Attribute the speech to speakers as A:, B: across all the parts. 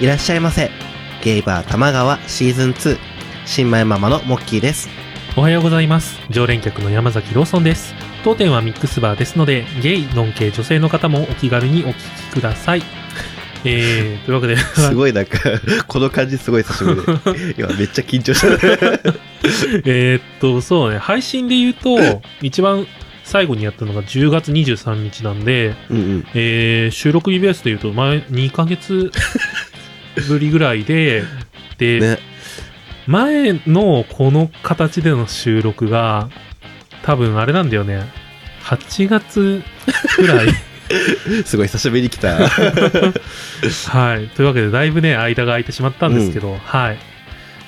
A: いらっしゃいませ。ゲイバー玉川シーズン2、新米ママのモッキーです。
B: おはようございます。常連客の山崎ローソンです。当店はミックスバーですので、ゲイ、ノン系、女性の方もお気軽にお聞きください。えー、というわけで、
A: すごいなんか、この感じすごい久しぶ りで。今めっちゃ緊張した。
B: えーっと、そうね、配信で言うと、一番最後にやったのが10月23日なんで、
A: うんうん。
B: えー、収録日ベースで言うと、前、2ヶ月ぶりぐらいで、で、
A: ね。
B: 前のこの形での収録が、多分あれなんだよね、8月ぐらい。
A: すごい久しぶりに来た。
B: はい。というわけで、だいぶね、間が空いてしまったんですけど、はい。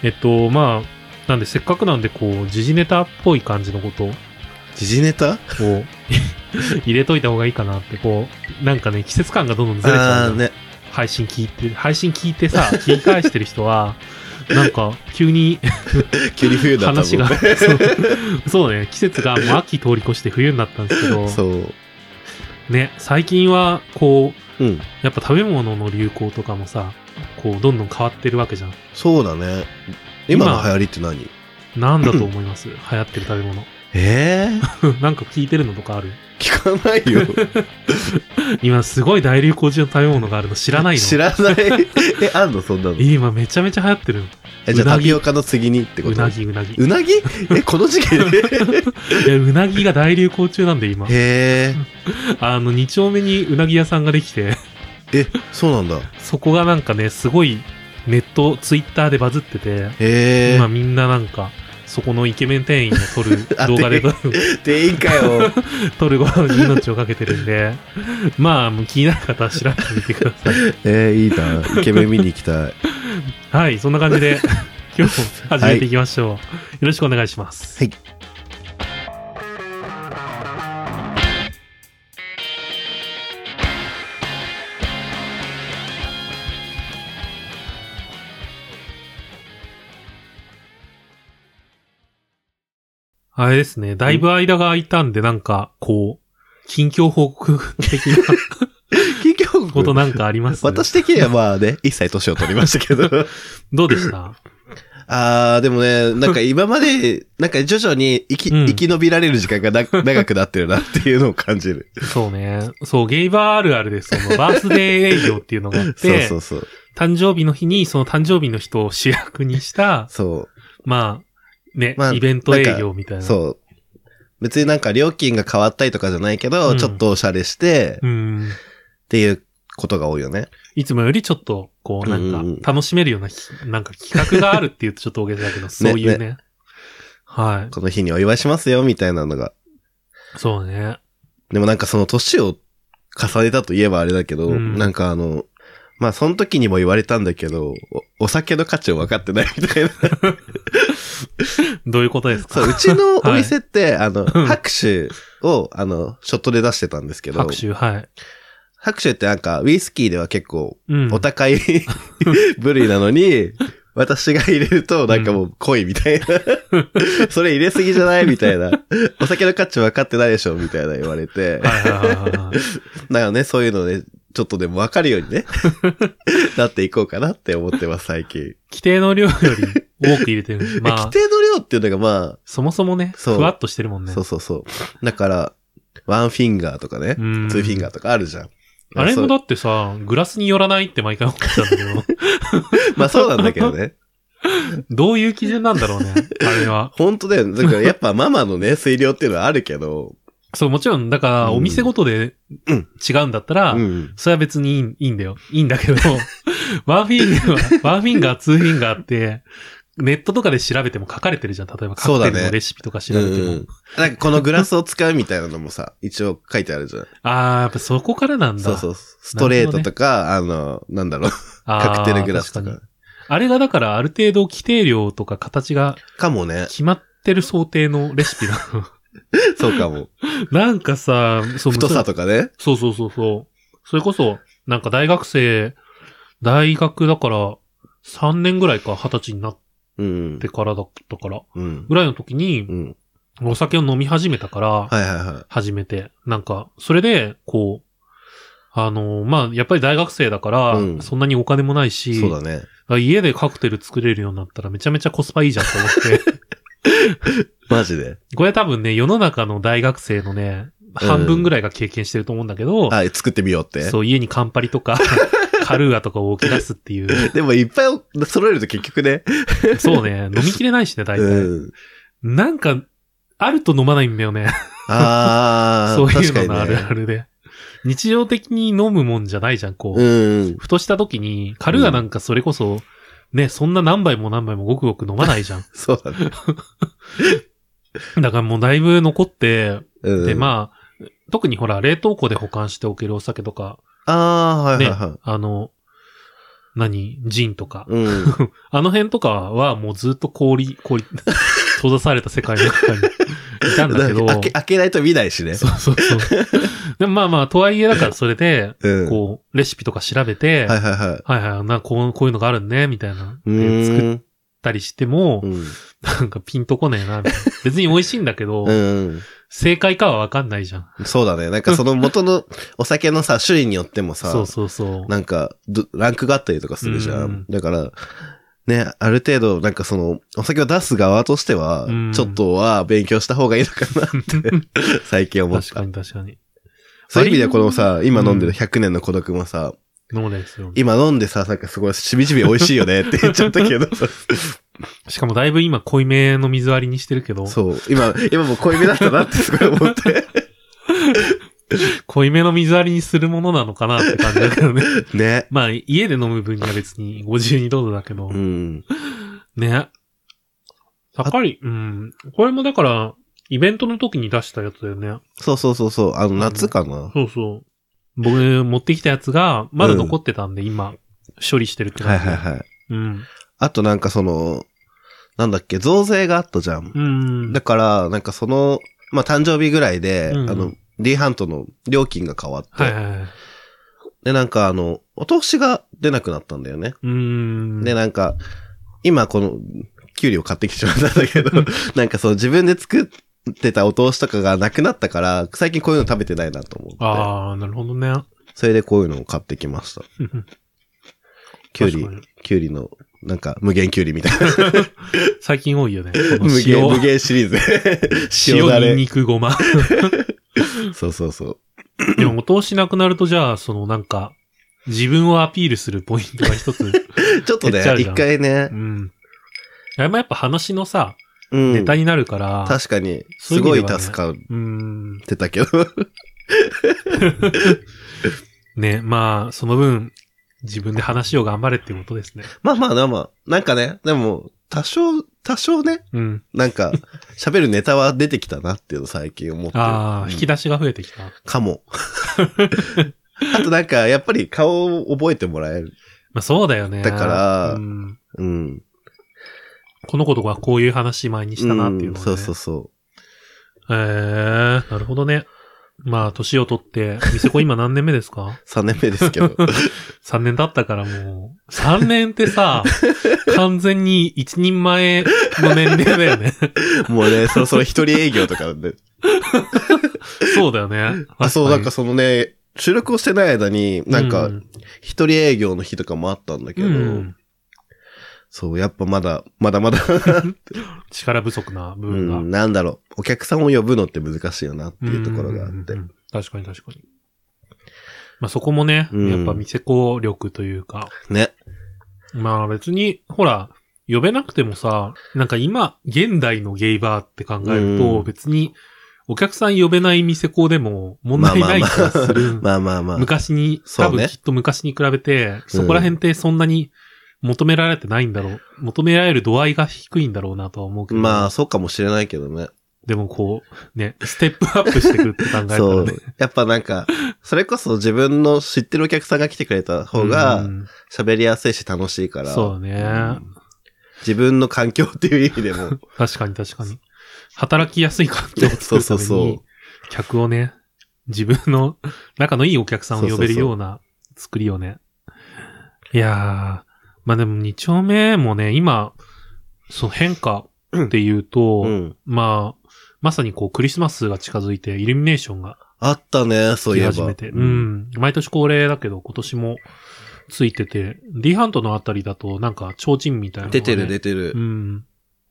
B: えっと、まあ、なんで、せっかくなんで、こう、時事ネタっぽい感じのことを
A: 時事ネタ
B: 入れといた方がいいかなって、こう、なんかね、季節感がどんどんずれちゃ
A: あ
B: う
A: ー
B: の。
A: ね。
B: 配信聞いて、配信聞いて さ、聞き返してる人は、なんか、急に
A: 急に冬だった
B: 話が、そう そうね、季節がもう秋通り越して冬になったんですけど、
A: そう。
B: ね、最近は、こう、
A: うん。
B: やっぱ食べ物の流行とかもさ、こう、どんどん変わってるわけじゃん。
A: そうだね。今の流行りって何
B: なんだと思いま す流行ってる食べ物。
A: ええー、
B: なんか聞いてるのとかある
A: 聞かないよ。
B: 今すごい大流行中の食べ物があるの知らないの
A: 知ら ない。え、あんのそんなの。
B: 今めちゃめちゃ流行ってるの。
A: え、じゃあ
B: うな
A: タ
B: ぎ
A: ピオカの次にってこ
B: う
A: と
B: なぎうなぎ。いう
A: なぎえ、この時期で
B: や、うなぎが大流行中なんで今。
A: へえ。
B: あの、2丁目にうなぎ屋さんができて、
A: え、そうなんだ。
B: そこがなんかね、すごいネット、ツイッターでバズってて、
A: へえ
B: 今。みんななんか、そこのイケメン店員が撮る
A: あ
B: 動画で
A: 店店員かよ。
B: 撮ることに命をかけてるんで、まあ、もう気になる方は調べてみてください。
A: えー、いいな。イケメン見に行きたい。
B: はい、 そんな感じで今日も始めていきましょう。よろしくお願いします。
A: はい
B: あれですね、だいぶ間が空いたんで、なんか、こう、近況報告的な
A: 近況報告
B: ことなんかありま す
A: 私的にはまあね、一切年を取りましたけ ど。
B: どうで した
A: あー、でもね、なんか今ま で、なんか徐々に生き、
B: うん
A: 生き延びられる時間がな長くなってるなっていうのを感じる。
B: そうね。そう、ゲイバーあるあるで、その、バースデー営業っていうのがあっ
A: そう
B: て
A: そ、うそう。
B: 誕生日の日に、その誕生日の人を主役 にした、
A: そ
B: まあ、ね、
A: まあ、
B: イベント営業みたいうな。
A: そう。別になんか料金が変わったりとかじゃないけど、
B: うん
A: ちょっとおしゃれして、っ
B: うん。
A: ていうことが多いよね。
B: いつもよりちょっと、こう、な
A: うんうんうん
B: んか、楽しめるようなひ、なんか企画があるっていうとちょっと大げさ だけど、そういうね。は
A: この日にお祝いしますよ、みたいなのが。
B: い。そうね。
A: でもなんかその年を重ねたといえばあれだけど、
B: うん
A: なんかあの、まあその時にも言われたんだけど、おお酒の価値を分かってないみたい な。
B: どういうことですか
A: そう、うちのお店って、あの、拍手を、あの、ショットで出してたんですけど、
B: 拍手、はい。
A: 拍手ってなんか、ウイスキーでは結構、
B: うん。
A: お高 い部類なのに、私が入れると、なんかもう濃いみたい な。それ入れすぎじゃないみたいな。お酒の価値分かってないでしょみたいな言われて。
B: はいはいはいはいはい。
A: だからね、そういうので、ちょっとでも分かるように ね、なっていこうかなって思ってます、最近。
B: 規定の量より多く入れてる。
A: え
B: まあ
A: 規、定の量っていうのがま
B: そもそもね、
A: そう
B: ふわっとしてるもん
A: あ、
B: ね。
A: そうそうそう。だから、ワンフィンガーとかね、
B: うん
A: ツーフィンガーとかあるじゃん。
B: あれも
A: ま
B: だ
A: あ
B: ってさ、グラスによらないって毎回思ってたんだ けど、
A: そうまあそうなんだけどね。
B: どういう基準なんだろうね、あれは。
A: 本当だよね。だからやっぱママのね、水量っていうのはあるけど、
B: そう、もちろん、だから、
A: うん
B: お店ごとで
A: うん
B: 違うんだったら、
A: うん。
B: それは別にいいいいんだよ。いいんだけど、 ワンフィンガー、ワンフィンガー、ツーフィンガーって、ネットとかで調べても書かれてるじゃん。例えば、カ
A: そう
B: ク
A: だ
B: テ
A: ね
B: ルのレシピとか調
A: う
B: べても。
A: ん。なんかこのグラスを使うみたいなのもさ、一応書いてあるじゃん。
B: あー、やっぱそこからなんだ。
A: そうそう。ストレートとか、あの、なんだろう、
B: あー。
A: カクテルグラスと
B: 確
A: か
B: に。。あれがだから、ある程度規定量とか形が
A: かもね。
B: 決まってる想定のレシピな の。
A: そうかも。
B: なんかさ、そう
A: 太さとかね。
B: そうそうそうそう。それこそ、なんか大学生、大学だから、3年ぐらいか、20歳になっ
A: うん
B: て。からだったから、
A: うん。
B: ぐらいの時に
A: う、ん。
B: お酒を飲み始めたから、
A: はいはいはい。
B: 始めて、なんか、それで、こう、あの、まあ、やっぱり大学生だから、
A: うん
B: そんなにお金もないし、
A: そうだね。
B: 家でカクテル作れるようになったらめちゃめちゃコスパいいじゃんと 思って。
A: マジ で。
B: これ多分ね、世の中の大学生のね、半分ぐらいが経験してると思うんだけど、
A: あ、作ってみようって。
B: そう、家にカンパリと か、カルーアとかを置き出すっていう。
A: でもいっぱい揃えると結局ね。
B: そうね、飲みきれないしね、大体。
A: うん。
B: なんか、あると飲まないんだよね。
A: ああ、
B: そういう
A: 確か
B: の
A: に
B: のあるあ
A: ね。
B: るで。日常的に飲むもんじゃないじゃん、こう。
A: うん。
B: ふとした時に、カルーアなんかそれこそ、ね、そんな何杯も何杯もごくごく飲まない じゃん。
A: そうだね。
B: だからもうだいぶ残って、
A: うん。
B: で、まあ、特にほら、冷凍庫で保管しておけるお酒とか、
A: ああー、はいは
B: ね、
A: いはい。
B: あの、何、ジンとか、
A: うん。
B: あの辺とかはもうずっと氷、氷、 閉ざされた世界の中にいたんだけど、
A: 開け、開けないと見ないしね。
B: そうそうそう。でもまあまあ、とはいえだからそれで、
A: うん。は
B: こう、レシピとか調べて、
A: いはいはい。
B: はいはい、なこうこういうのがあるね、みたいな。
A: う
B: で作っ
A: ーん。
B: たりしても、
A: うん
B: なんかピンとこねえな、みたいな。別に美味しいんだけど、
A: うん。
B: 正解かはわかんないじゃん。
A: そうだね。なんかその元のお酒のさ、種類によってもさ、
B: そうそうそう。
A: なんかど、ランクがあったりとかするじゃん。
B: うん
A: だから、ね、ある程度、なんかその、お酒を出す側としては
B: うん、
A: ちょっとは勉強した方がいいのかな、 最近思っ
B: 確
A: た
B: か。に確かに。
A: そういう意味ではこのさ、今飲んで
B: う
A: る
B: ん
A: 100年の孤独もさ、
B: そうですよ。
A: 今飲んでさ、なんかすごいしみじみ美味しいよねって言っちゃったけど、
B: しかもだいぶ今濃いめの水割りにしてるけど、
A: そう、今、今もう濃いめだったなってすごい思って。
B: 濃いめの水割りにするものなのかなって感じだけどね。
A: ね。
B: まあ、家で飲む分には別に52度だけど、
A: うん。
B: ね。高い、うん。これもだから、イベントの時に出したやつだよね。
A: そうそうそうそう、あの、夏かな。
B: そうそう。僕、持ってきたやつが、まだ残ってたんで、今、処理してるって
A: は
B: 感
A: い
B: じ。
A: はいはい。
B: うん。
A: あとなんかその、なんだっけ、増税があったじゃん。
B: うん。
A: だから、なんかその、まあ、誕生日ぐらいで、
B: うん
A: あの、D ハントの料金が変わって、
B: はいはいはい。
A: で、なんかあの、お通しが出なくなったんだよね。
B: うん。
A: で、なんか、今この、給料買ってきてしまったんだけど、 なんかその自分で作ってたお通しとかがなくなったから、最近こういうの食べてないなと思って、
B: ああ、なるほ どね。
A: それでこういうのを買ってきました。きゅうり
B: 確か、に
A: きゅうりの、なんか無限きゅうりみたいな。
B: 最近多いよ ね。この
A: 無限、無
B: 塩、
A: 限シリーズ。 塩だ
B: 塩、ニン
A: れ。
B: ニク、ごま。
A: そうそうそう。
B: でも、お通しなくなると、じゃあ、その、なんか、自分をアピールするポイントが一つ。
A: ちょっとね
B: 減っちゃ、うじゃん
A: 一回ね
B: う、ん。あれもやっぱ話のさ、
A: うん
B: ネタになるから、
A: 確かに、
B: そ
A: す
B: ういう
A: ご
B: 意味で
A: い
B: はね
A: 助かっ
B: うん。
A: てたけど。
B: ね、まあ、その分、自分で話を頑張れっていうことですね。
A: まあまあまあまあ、なんかね、でも、多少、多少ね、
B: うん。
A: なん か、喋るネタは出てきたなっていうの最近思ってる。
B: あ
A: う
B: あ、
A: ん
B: 引き出しが増えてきた。
A: か も。あとなんか、やっぱり顔を覚えてもらえる。
B: まあ、そうだよね。
A: だから
B: うん
A: うん。
B: この子とかこういう話前にしたなっていうのは、ね
A: んそうそうそ
B: えー、なるほどね。まあ、年を取って、ニセコ今何年目ですか
A: う。3年目ですけど。
B: ?3 年経ったからもう、3年って さ、完全に一人前の年齢だよね。
A: もうね、そろそろ一人営業とかで、
B: そうだよね。
A: あ、そう、なん
B: 確
A: かそのね、収録をしてない間に、なんか
B: う、ん
A: 一人営業の日とかもあったんだけど、
B: うん
A: そう、やっぱまだ、まだまだ、
B: 力不足な部
A: う
B: 分が。
A: ん、なんだろう、お客さんを呼ぶのって難しいよなっていうところがあっ
B: うんうん
A: て
B: う。ん確かに確かに。まあそこもね、
A: うん
B: やっぱ見せ子力というか、
A: ね。
B: まあ別に、ほら、呼べなくてもさ、なんか今、現代のゲイバーって考える
A: う
B: と、
A: ん
B: 別に、お客さん呼べない店子でも問題ない気がする。
A: まあ まあまあ。
B: 昔に、
A: そう
B: 多
A: ね
B: 分きっと昔に比べて、そこら辺ってそんなに求められてないんだろう。求められる度合いが低いんだろうなとは思うけど。
A: まあ、そうかもしれないけどね。
B: でもこう、ね、ステップアップしてくって考えた
A: そ
B: ら
A: う
B: ね。。
A: やっぱなんか、それこそ自分の知ってるお客さんが来てくれた方
B: う
A: が、
B: ん
A: 喋りやすいし楽しいから。
B: そうね
A: ん自分の環境っていう意味で も、
B: 確かに確かに。働きやすい環境を作るた
A: そうそう
B: め
A: そ
B: に
A: う、
B: 客をね、自分の仲のいいお客さんを呼べるような作りをね。いやー、まあでも2丁目もね、今、その変化っていうと、
A: うん。
B: まあ、まさにこうクリスマスが近づいてイルミネーションが
A: あったね、そういえば。
B: 始めて。うん。毎年恒例だけど、今年もついてて、D ハントのあたりだと、なんか、提灯みたいなのが
A: 出
B: ね、
A: てる出てる。
B: うん。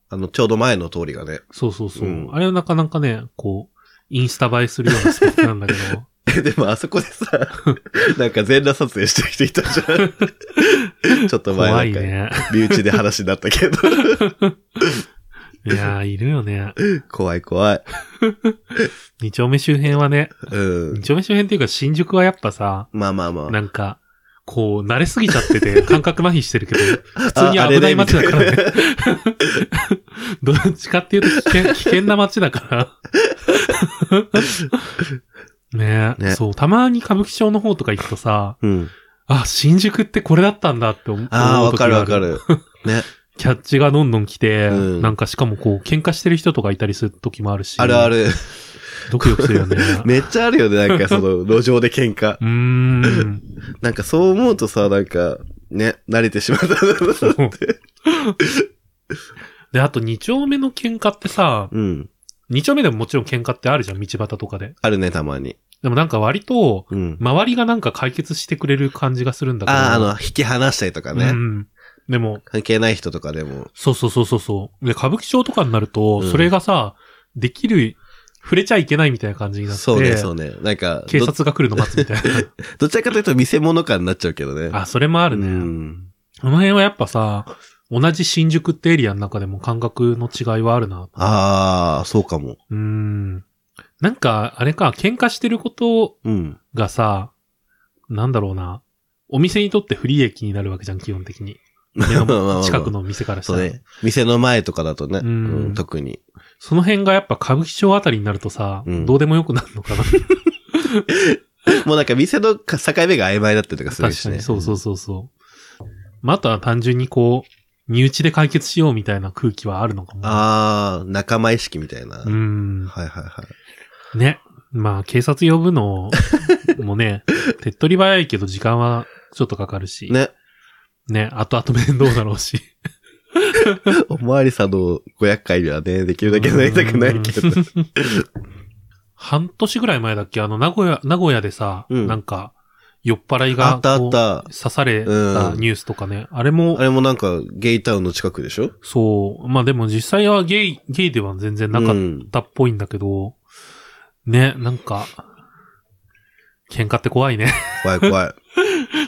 A: あの、ちょうど前の通りがね。
B: そうそうそう。
A: うん
B: あれはなかなかね、こう、インスタ映えするようなスポットなん だけど。
A: でもあそこでさ、 なんか全裸撮影してる人いたじゃ ん。ちょっと前
B: 怖い
A: なんか、
B: ね。
A: 身内で話になった けど。
B: いやー、いるよね。
A: 怖い怖い。
B: 二丁目周辺はね、
A: うん
B: 二。丁目周辺っていうか新宿はやっぱさ、
A: まあまあまあ。
B: なんか、こう、慣れすぎちゃってて、感覚麻痺してるけど、普通
A: ああ
B: に
A: れ
B: 危
A: ね
B: ない街だから
A: み
B: ね。 どっちかっていうと危険、危険な街だ から。ねえ、
A: ね
B: そう、たまに歌舞伎町の方とか行くとさ、
A: うん。
B: あ、新宿ってこれだったんだって思う。
A: ああ、
B: 思う
A: わ
B: 時
A: か
B: が
A: るわか。る。ね。
B: キャッチがどんどん来て、
A: うん
B: なんかしかもこう、喧嘩してる人とかいたりする時もあるし。
A: あるあ。る。
B: ドキドキす るよね。
A: めっちゃあるよね、なんかそ の、路上で喧嘩。
B: うーん。
A: なんかそう思うとさ、なんか、ね、慣れてしまった。
B: そうで、あと2丁目の喧嘩ってさ、
A: うん。
B: 2丁目でももちろん喧嘩ってあるじゃん、道端とかで。
A: あるね、たまに。
B: でもなんか割と、
A: うん。
B: 周りがなんか解決してくれる感じがするんだけど。
A: ああ、あの、引き離したりとかね。
B: うん。でも、
A: 関係ない人とかでも。
B: そうそうそうそうそう。で、歌舞伎町とかになると、
A: うん
B: それがさ、できる、触れちゃいけないみたいな感じになって、
A: そうね、そうね。なんか、
B: 警
A: ど
B: 察が来るの待つみたい
A: どちらか というと見せ物感になっちゃうけどね。
B: な。あ、それもあるね。
A: うん。
B: この辺はやっぱさ、同じ新宿ってエリアの中でも感覚の違いはあるな。
A: ああ、そうかも。
B: うーん。なんか、あれか、喧嘩してること
A: うん。
B: がさ、なんだろうな。お店にとって不利益になるわけじゃん、基本的に。
A: ま
B: 目
A: あまあま
B: の
A: あ
B: 近く。の店からし た
A: そう
B: ら。
A: ね。店の前とかだとね。
B: う
A: うんん。特に。
B: その辺がやっぱ歌舞伎町あたりになるとさ、
A: うん
B: どうでもよくなるのかな。
A: もうなんか店のか境目が曖昧だったりとかする
B: 確
A: し
B: か
A: ね。
B: に、そうそうそうそう。まあ、あとは単純にこう、身内で解決しようみたいな空気はあるのかも。
A: ああ、仲間意識みたいな。
B: う
A: はい
B: ん。
A: はいはい。
B: ね。まあ、警察呼ぶの もね、手っ取り早いけど時間はちょっとかかるし。。
A: ね。
B: ね。後々面倒だろうし。
A: おまわりさんの500回にはね、できるだけなりたくない けど。
B: 半年ぐらい前だっけあの、名古屋、名古屋でさ、
A: うん
B: なんか、酔っ払い
A: あ
B: が、
A: ったあっ
B: こ
A: た
B: う。刺されたニュースとかね。あれも
A: あ、れもなんか、ゲイタウンの近くでしょ
B: そう。まあでも実際はゲイ、ゲイでは全然なか
A: う
B: っ
A: ん
B: たっぽいんだけど、ね、なんか、喧嘩って怖いね。
A: 怖い怖い。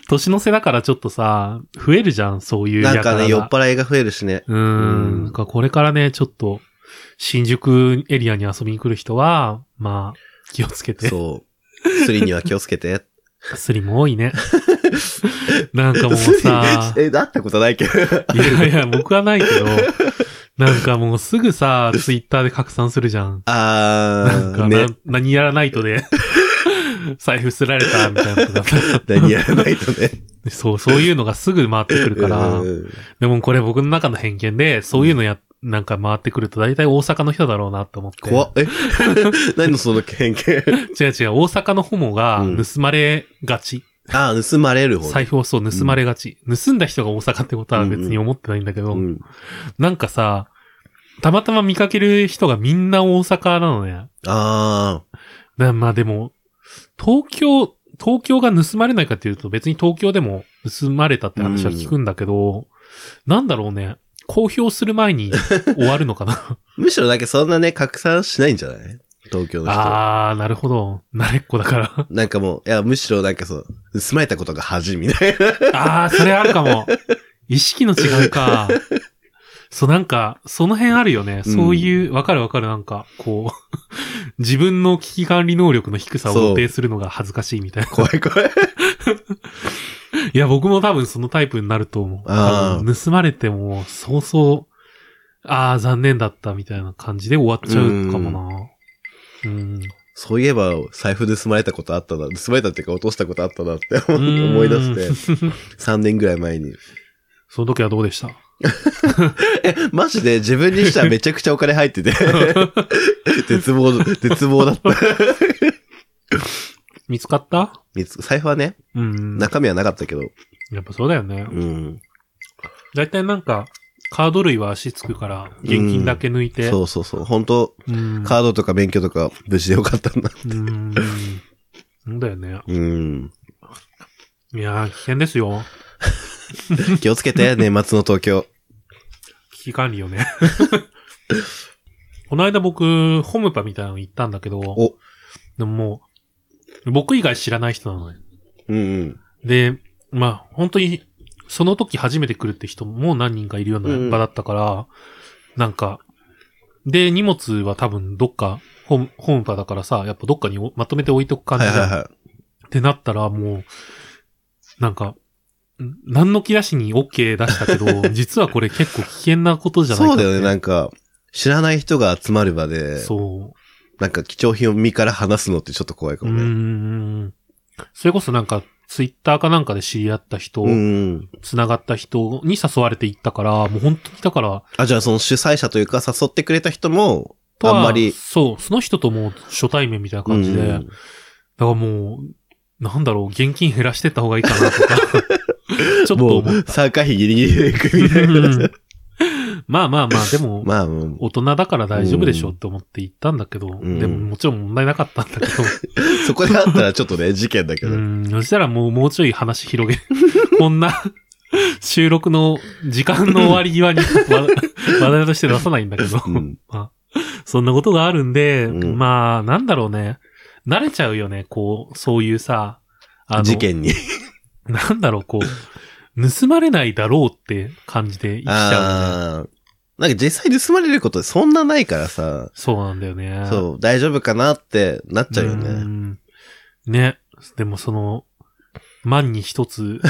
B: 年の瀬だからちょっとさ、増えるじゃん、そういう
A: なんかね、酔っ
B: が。
A: 払いが増えるしね。
B: うーん。
A: うん
B: なんかこれからね、ちょっと、新宿エリアに遊びに来る人は、まあ、気をつけて。
A: そう。スリには気をつけて。
B: スリも多
A: 、
B: いね。なんかもうさ
A: え、なったことないけど。
B: いやいや、僕はないけ ど、なんかもうすぐさ、ツイッターで拡散するじゃん。なん
A: あ
B: か
A: ー、
B: な、
A: ね。
B: 何やらないと で、財布すられたみたいなのとかさ
A: 何やらないとね。
B: そう、そういうのがすぐ回ってくるから
A: う、ん
B: でもこれ僕の中の偏見で、そういうのや、なんか回ってくると大体大阪の人だろうなって思って。
A: 怖っ。え 何その偏見。
B: 違う違う、大阪のホモが
A: うん
B: 盗まれがち。
A: あー、盗まれる方ね。
B: 財布をそう、盗まれがち。盗んだ人が大阪ってことは別に思ってないんだけど、
A: うん
B: なんかさ、たまたま見かける人がみんな大阪なのね。
A: あ
B: なまあでも、東京、東京が盗まれないかっていうと別に東京でも盗まれたって話は聞くんだけど、なんだろうね。公表する前に終わるの かな
A: ー。むしろだけそんなね、拡散しないんじゃない東京の人。
B: あー、なるほど。慣れっこだから。
A: なんかもう、いや、むしろなんかそう、盗まれたことが恥みたいな。
B: あー、それあるかも。意識の違いか。そう、なんか、その辺あるよね。そういう、わ、かるわかる、なんか、こう、自分の危機管理能力の低さを
A: そう
B: 露呈するのが恥ずかしいみたいな。
A: 怖い怖い。
B: いや、僕も多分そのタイプになると思う。
A: あー
B: 多分盗まれても、そうそう、ああ、残念だったみたいな感じで終わっちゃうかもな。うん。
A: そういえば、財布盗まれたことあったな。盗まれたっていうか落としたことあったなって
B: うーん
A: 思い出して。3年ぐらい前に。
B: その時はどうでした
A: え、マジで自分にしてはめちゃくちゃお金入 ってて。 絶望、絶望だった。
B: 見つかった
A: みつ財布はね、
B: うん。
A: 中身はなかったけど。
B: やっぱそうだよね
A: う。ん。
B: だいたいなんか、カード類は足つくから、現金だけ抜いて。
A: そうそうそう。本当
B: うん。
A: カードとか免許とか無事でよかったんだ。
B: うん。 そうだよね。
A: うん。
B: いやー、危険ですよ。
A: 気をつけ て、年末の東京。
B: 危機管理よ ね。この間僕、ホムパみたいなの行ったんだけど、
A: お
B: でももう、僕以外知らない人なのね。
A: うんうん。
B: で、まあ、本当に、その時初めて来るって人も何人かいるよう
A: うんうん
B: な場だったから、なんか、で、荷物は多分どっか、ホーム、ホームパだからさ、やっぱどっかにおまとめて置いとく感じ
A: はい
B: だ、
A: はいは
B: ってなったら、もう、なんか、ん何の気なしに OK 出したけ ど、実はこれ結構危険なこと
A: い。
B: じゃない
A: そ
B: かっ
A: う
B: て
A: だよね。なんか、知らない人が集まる場で、
B: そう。
A: なんか貴重品を身から話すのってちょっと怖いか
B: うー
A: もね。
B: ん。それこそなんか、ツイッターかなんかで知り合った人、
A: うんうん。
B: 繋がった人に誘われて行ったから、もう本当にだから、
A: あ、じゃあその主催者というか誘ってくれた人も、
B: とは
A: あんまり。
B: そう、その人ともう初対面みたいな感じで、
A: うんう
B: だ
A: ん
B: からもう、なんだろう、現金減らしてった方がいいかなとか、 ちょっと
A: も
B: 思っ
A: う、
B: た。
A: 参加費ギリギリで行くみ たいな。
B: まあまあまあ、でも、
A: まあ、もう
B: 大人だから大丈夫でしょうって思って行ったんだけど、
A: ん
B: でももちろん問題なかったんだけど、
A: そこであったらちょっとね、事件 だけど。
B: うん、そしたらもう、もうちょい話広げ、 こんな収録の時間の終わり際にわ話題として出さないんだ けど、
A: うん
B: そんなことがあるんで、
A: うん
B: まあ、なんだろうね。慣れちゃうよね、こう、そういうさ、あの、
A: 事件に。
B: なんだろう、こう、盗まれないだろうって感じで生きちゃうよね。
A: ああ。なんか実際盗まれることそんなないからさ、
B: そうなんだよね。
A: そう、大丈夫かなってなっちゃうよね。
B: んね。でもその、万に一つ、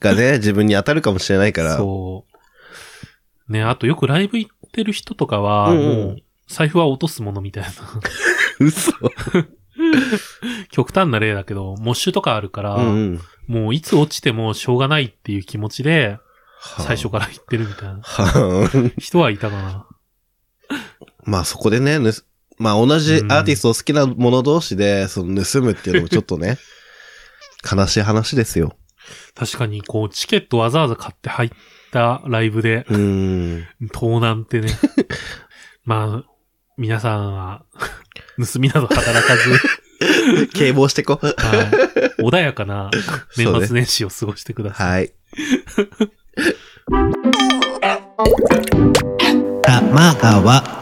A: がね、自分に当たるかもしれないから。
B: そう。ね、あとよくライブ行ってる人とかは、
A: うんうん
B: もう、財布は落とすものみたいな。
A: 嘘。
B: 極端な例だけど、モッシュとかあるから、
A: うんうん。
B: もういつ落ちてもしょうがないっていう気持ちで、
A: はあ
B: 最初。から行ってるみたいな
A: はあ
B: 人はいたかな。
A: まあそこでね、ぬすまあ同じアーティストを好きな者同士で、その盗むっていうのもちょっと ね、悲しい話ですよ。
B: 確かに、こう、チケットわざわざ買って入ったライブで、
A: うん。
B: 盗難って ね。まあ、皆さんは、盗みなど働 かず、
A: 警棒してこ。
B: はい、穏やかな年末年始を過ごしてください。
A: はい。たまがわ。